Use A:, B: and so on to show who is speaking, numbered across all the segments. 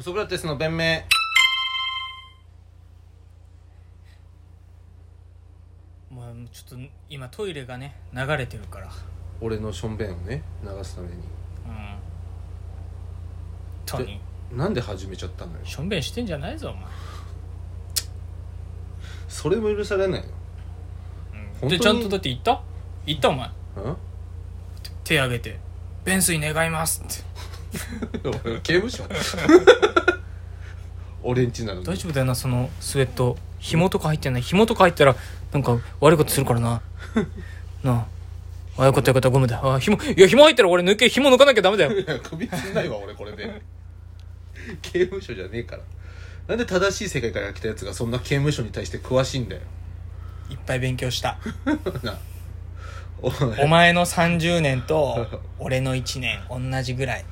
A: ソクラテスの弁明
B: もうちょっと今トイレがね流れてるから
A: 俺のしょんべんをね流すために
B: うんトニ
A: なんで始めちゃったのよ
B: ーしょんべんしてんじゃないぞお
A: それも許されない
B: 前、うん
A: 本当
B: で
A: に
B: ちゃんとだって言った言ったお前
A: の
B: 手挙げて「弁水願います」って
A: うん 刑務 所俺んちなのに
B: 大丈夫だよなそのスウェット紐とか入ってない紐とか入ったらなんか悪いことするか らななああよかったよかったゴムだあ紐いや紐入ったら俺抜け紐抜かなきゃダメだよ
A: いや首つんないわ俺これで刑務所じゃねえからなんで正しい世界から来たやつがそんな刑務所に対して詳しいんだよ
B: いっぱい勉強した
A: なお
B: お前の30 年と俺の1年同じぐらい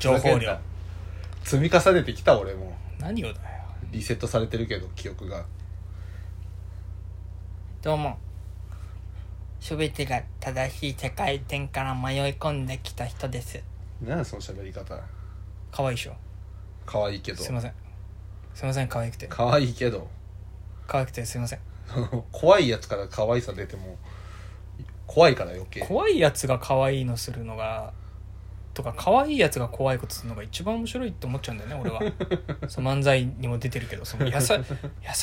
B: 情報量
A: 積み重ねてきた俺も
B: 何をだよ
A: リセットされてるけど記憶が
B: どうも全てが正しい世界点から迷い込んできた人です
A: なんやその喋り方
B: 可愛いでしょ
A: 可愛いけど
B: すいませんすいません可愛くて
A: 可愛いけど
B: 可愛くてすいません
A: 怖いやつから可愛さ出ても怖いから余計
B: 怖いやつが可愛いのするのがとか可愛いやつが怖いことするのが一番面白いって思っちゃうんだよね俺はそう漫才にも出てるけどそのやさ優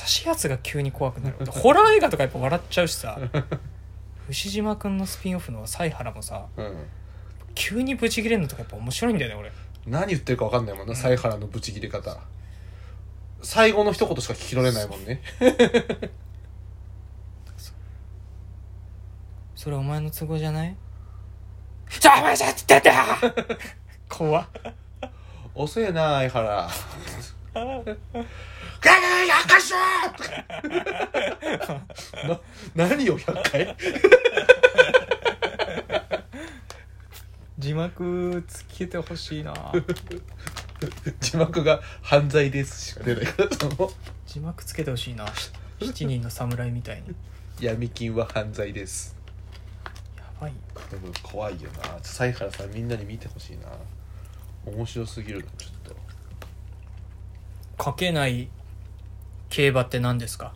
B: しいやつが急に怖くなるホラー映画とかやっぱ笑っちゃうしさ牛島君のスピンオフの犀原もさ
A: うん
B: 急にブチギレるのとかやっぱ面白いんだよね俺
A: 何言ってるか分かんないもんな犀原のブチギレ方最後の一言しか聞き取れないもん ね
B: それお前の都合じゃないじゃあお前じゃって言ってんだよ怖っ
A: 遅えな相 原 「ガガガ100回しろ!」な何を100回
B: 字幕つけてほしいな
A: 字幕が「犯罪です」しか出ないから その
B: 字幕つけてほしいな7人の侍みたいに
A: 「闇金は犯罪です
B: やばい」
A: でも怖いよな犀原さんみんなに見てほしいな面白すぎるなちょっと
B: かけない競馬って何ですか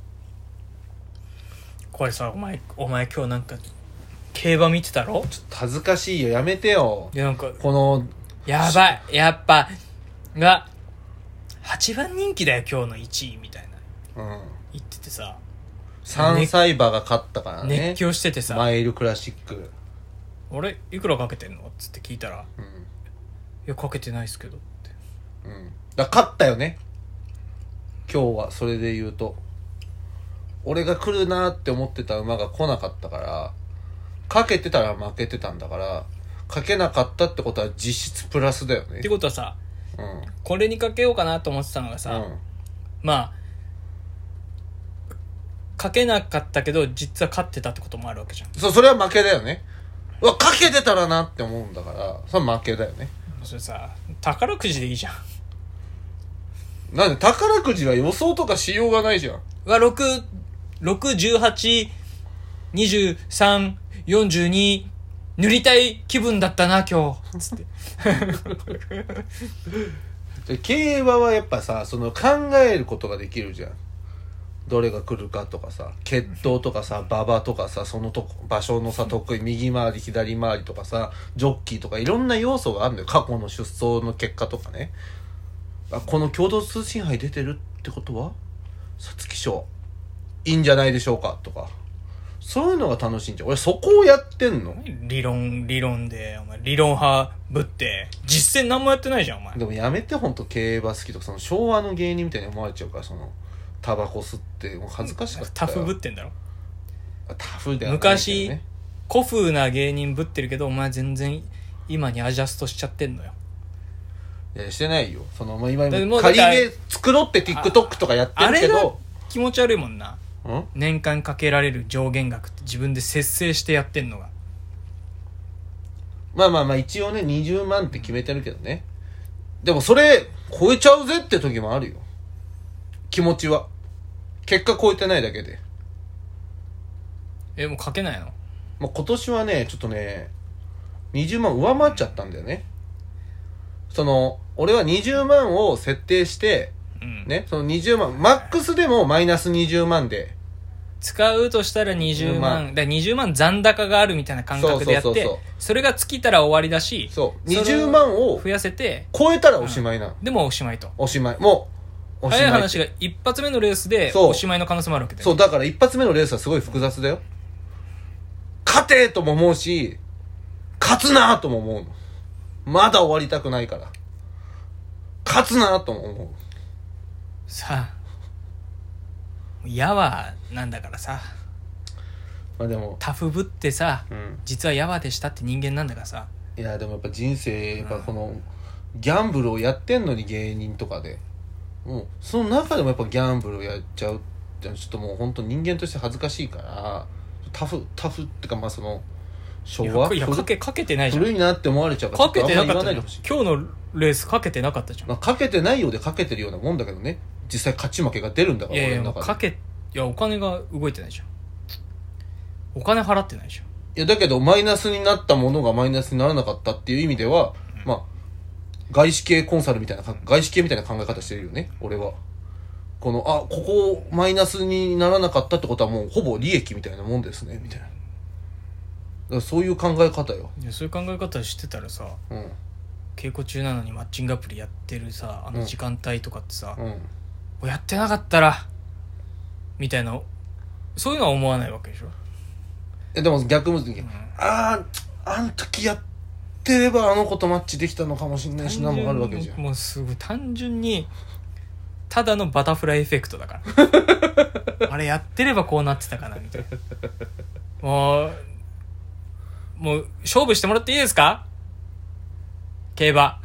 B: これさお前お前今日なんか競馬見てたろ
A: ちょっと恥ずかしいよやめてよ
B: いやなんか
A: この
B: やばいやっぱが8番人気だよ今日の1位みたいな
A: うん
B: 言っててさ
A: 3歳馬が勝ったからね
B: 熱狂しててさ
A: マイルクラシック
B: 「俺いくらかけてんの?」っつって聞いたら「
A: うん
B: いやかけてないっすけど」って
A: うんだから勝ったよね今日はそれで言うと俺が来るなって思ってた馬が来なかったからかけてたら負けてたんだからかけなかったってことは実質プラスだよね
B: ってことはさ
A: うん
B: これにかけようかなと思ってたのがさ、
A: うん
B: まあかけなかったけど実は勝ってたってこともあるわけじゃん
A: そそれは負けだよねうわかけてたらなって思うんだからそれは負けだよね
B: それさ宝くじでいいじゃん
A: なんで宝くじは予想とかしようがないじゃん
B: うわ6182342塗りたい気分だったな今日つって
A: で競馬はやっぱさその考えることができるじゃんどれが来るかとかさ血統とかさ馬場とかさそのとこ場所のさ得意右回り左回りとかさジョッキーとかいろんな要素があるんだよ過去の出走の結果とかねあこの共同通信杯出てるってことは皐月賞いいんじゃないでしょうかとかそういうのが楽しいんじゃん俺そこをやってんの
B: 理論理論でお前理論派ぶって実践何もやってないじゃんお前
A: でもやめて本当競馬好きとかその昭和の芸人みたいに思われちゃうからそのタバコ吸ってもう恥ずかしかった
B: タ
A: よ
B: フぶってんだろ
A: あタフではないけど
B: 昔
A: ね
B: 古風な芸人ぶってるけどお前全然今にアジャストしちゃってんのよ
A: いやしてないよその、まあ、今
B: でもうだ
A: 仮
B: から
A: で作ろうって TikTok とかやって
B: あ
A: るけ
B: れが
A: ど
B: 気持ち悪いもんなん年間かけられる上限額って自分で節制してやってんのが
A: まあまあまあ一応ね20万って決めてるけどねでもそれ超えちゃうぜって時もあるよ気持ちは結果超えてないだけで
B: えもうかけないの
A: まあ、今年はねちょっとね20万上回っちゃったんだよねその俺は20万を設定して、
B: うん
A: ね、その20万、マックスでもマイナス20万で、
B: 使うとしたら20
A: 20
B: 万だから20万残高があるみたいな感覚でや
A: そ
B: ってそう
A: そうそうそう
B: れが尽きたら終わりだし
A: そう、
B: それ
A: 20万を
B: 増やせて
A: 超えたらおしまいなの。
B: でもおしまいと
A: おしまい。もう、おしま
B: 早い
A: い。
B: 話が一発目のレースで
A: そう
B: おしまいの可能性もあるわけだよ
A: そう、だから一発目のレースはすごい複雑だよ。勝てとも思うし、勝つなとも思うの。まだ終わりたくないから。勝つなとも思う。
B: さあ「や」はなんだからさ
A: まあでも、
B: タフぶってさ
A: うん。
B: 実はやわでしたって人間なんだからさ
A: いや、でもやっぱ人生、やっぱこの、ギャンブルをやってんのに芸人とかで。もう、その中でもやっぱギャンブルをやっちゃうって、ちょっともう本当人間として恥ずかしいから、タフ、タフってかまあその、昭
B: いや
A: 和
B: いやかけかけてないじゃん
A: 古いなって思われちゃうから、
B: かけてな
A: ちょ
B: か
A: と
B: っ
A: あんまり言わ
B: たじ
A: ない
B: ゃ
A: で
B: ん
A: ほしい。
B: 今日のレースかけてなかったじゃん
A: まあ、かけてないようでかけてるようなもんだけどね実際勝ち負けが出るんだか
B: い
A: ら
B: やい
A: 俺
B: や
A: の
B: もう
A: 中
B: か
A: で
B: けいやお金が動いてないじゃんお金払ってないじゃん
A: いやだけどマイナスになったものがマイナスにならなかったっていう意味では、まあ外資系コンサルみたいなか外資系みたいな考え方してるよね俺はこのあここをマイナスにならなかったってことはもうほぼ利益みたいなもんですねみたいなだからそういう考え方よ
B: いやそういう考え方してたらさ
A: うん
B: 稽古中なのにマッチングアプリやってるさあの時間帯とかってさ、
A: うん
B: やってなかったらみたいなそういうのは思わないわけでしょ、
A: えでも逆も、
B: うん
A: あああの時やってればあの子とマッチできたのかもしれないしなもあるわけじゃん
B: もうすごい単純にただのバタフライエフェクトだから あれやってればこうなってたかなみたいなもうもう勝負してもらっていいですか競馬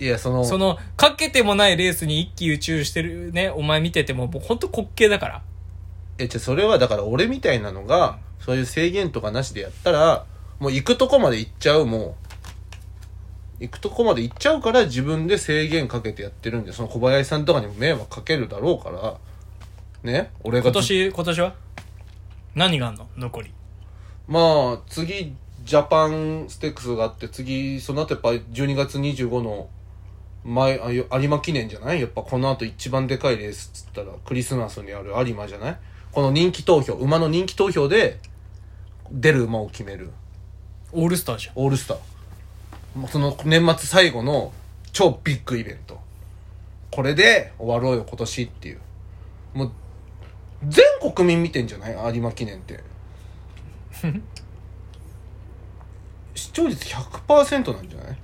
A: いや、その、
B: そのかけてもないレースに一喜一憂してるねお前見ててももう本当滑稽だから
A: え、じゃあそれはだから俺みたいなのが、そういう制限とかなしでやったら、もう行くとこまで行っちゃう、もう。行くとこまで行っちゃうから自分で制限かけてやってるんで、その小林さんとかにも迷惑かけるだろうから、ね、俺が。
B: 今。年今年は何があんの残り
A: まあ、次、ジャパンステックスがあって、次、その後やっぱ12月25の、前、あよ有馬記念じゃないやっぱこの後一番でかいレースっつったら、クリスマスにある有馬じゃないこの人気投票、馬の人気投票で、出る馬を決める。
B: オールスターじゃん
A: オールスター。もうその年末最後の超ビッグイベント。これで終わろうよ今年っていう。もう、全国民見てんじゃない有馬記念って。 視聴率100%なんじゃない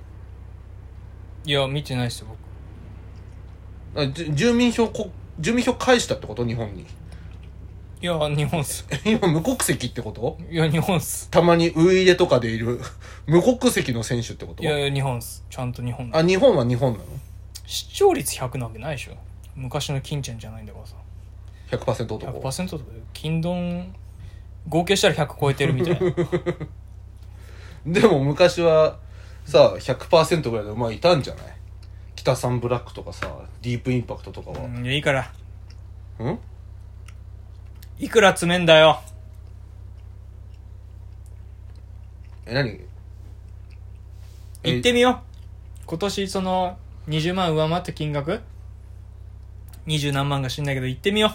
B: いや見てないっすよ僕
A: あじ住民票こ、住民票返したってこと日本に。
B: いや日本っす
A: 今無国籍ってこと
B: いや日本っす
A: たまにウイイレとかでいる無国籍の選手ってこと
B: いやいや日本っすちゃんと日本
A: あ、日本は日本なの
B: 視聴率100なわけないでしょ昔の金ちゃんじゃないんだからさ
A: ?100% 男。
B: 100%とか金ドン合計したら100超えてるみたいな
A: でも昔はさ100%ぐらいの馬いたんじゃない北サンブラックとかさディープインパクトとかは
B: うんいやいいから
A: うん、
B: いくら詰めんだよ
A: え何え
B: 行ってみよう今年その20万上回った金額20何万か知んないけど行ってみよ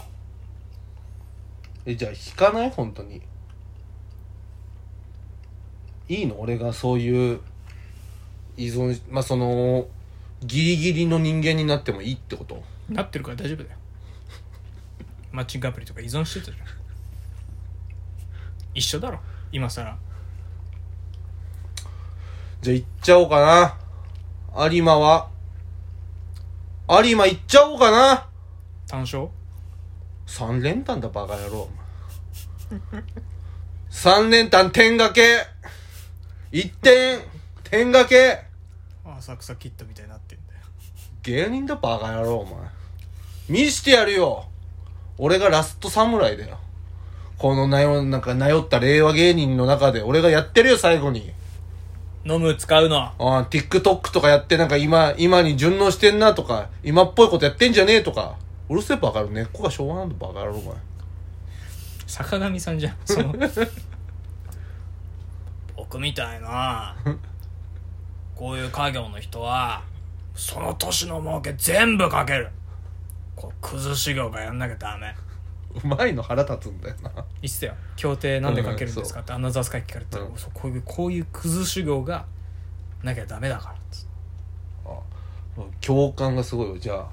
A: えじゃあ引かない本当にいいの俺がそういう依存まあそのギリギリの人間になってもいいってこと
B: うなってるから大丈夫だよマッチングアプリとか依存してたじゃん一緒だろ今さら
A: じゃあ行っちゃおうかな有馬は有馬行っちゃおうかな
B: 単勝
A: 三連単だバカ野郎三連単点掛け一点点掛け
B: 浅草キッドみたいになってんだよ
A: 芸人だバカ野郎お前見してやるよ俺がラスト侍だよこのなよなんかなよった令和芸人の中で俺がやってるよ最後に
B: 飲む使うの
A: ああ TikTok とかやってなんか今今に順応してんなとか今っぽいことやってんじゃねえとかうるせえバカ野郎根っこが昭和なんだバカ野郎お前
B: 坂上さん じゃんその 僕みたいなこういう家業の人はその年の儲け全部かけるこう崩し業がやんなきゃダメ
A: うまいの腹立つんだよな
B: 言ってたよ協定なんでかけるんですか
A: う
B: ってアナザースカイ聞かれたら、
A: うん
B: そうこういうこういう崩し業がなきゃダメだからっつって
A: あ共感がすごいよじゃあ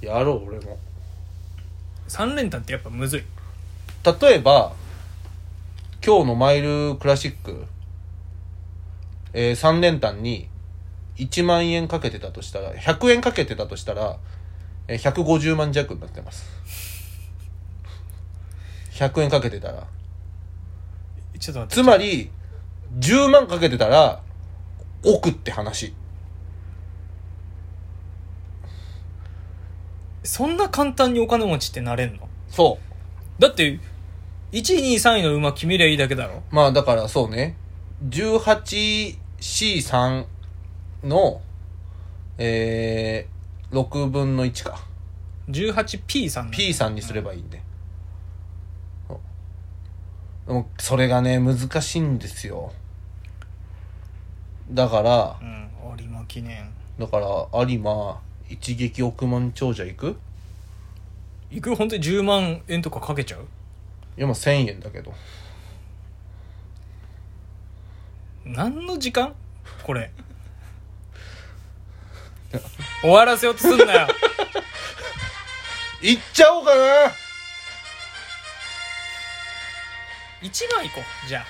A: やろう俺も
B: 三連単ってやっぱむずい
A: 例えば今日のマイルクラシック、え3連単に1万円かけてたとしたら100円かけてたとしたら、えー150万弱になってます100円かけてたら
B: ちょっと待っ
A: つ
B: て
A: まり10万かけてたら億って話
B: そんな簡単にお金持ちってなれんの
A: そ
B: だって123位の馬決めりゃいいだけだろ
A: うまあだからそうね 18C3 のえー、6分の1か
B: 18P さん
A: P さんにすればいいんで。でも、それがね、難しいんですよ。だから
B: う、ん有馬記念
A: だから、有馬、一撃億万長者行く
B: 行く本当に10万円とかかけちゃう
A: いや、まあ、1000円だけど。
B: 何の時間こ れ終わらせようとすん なよ
A: 行っちゃおうかな
B: 1万行こうじゃあ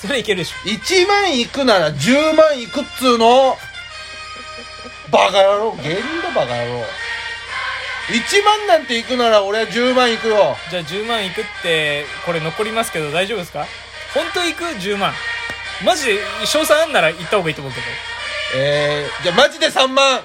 B: それいけるでしょ
A: !1 万行くなら10万行くっつうのバカ野郎芸人だバカ野郎 !1 万なんて行くなら俺は10万行くよ
B: じゃあ10万いくってこれ残りますけど大丈夫ですか本当行く10万マジで賞賛あんなら行った方がいいと思うけど
A: えー、じゃあマジで3万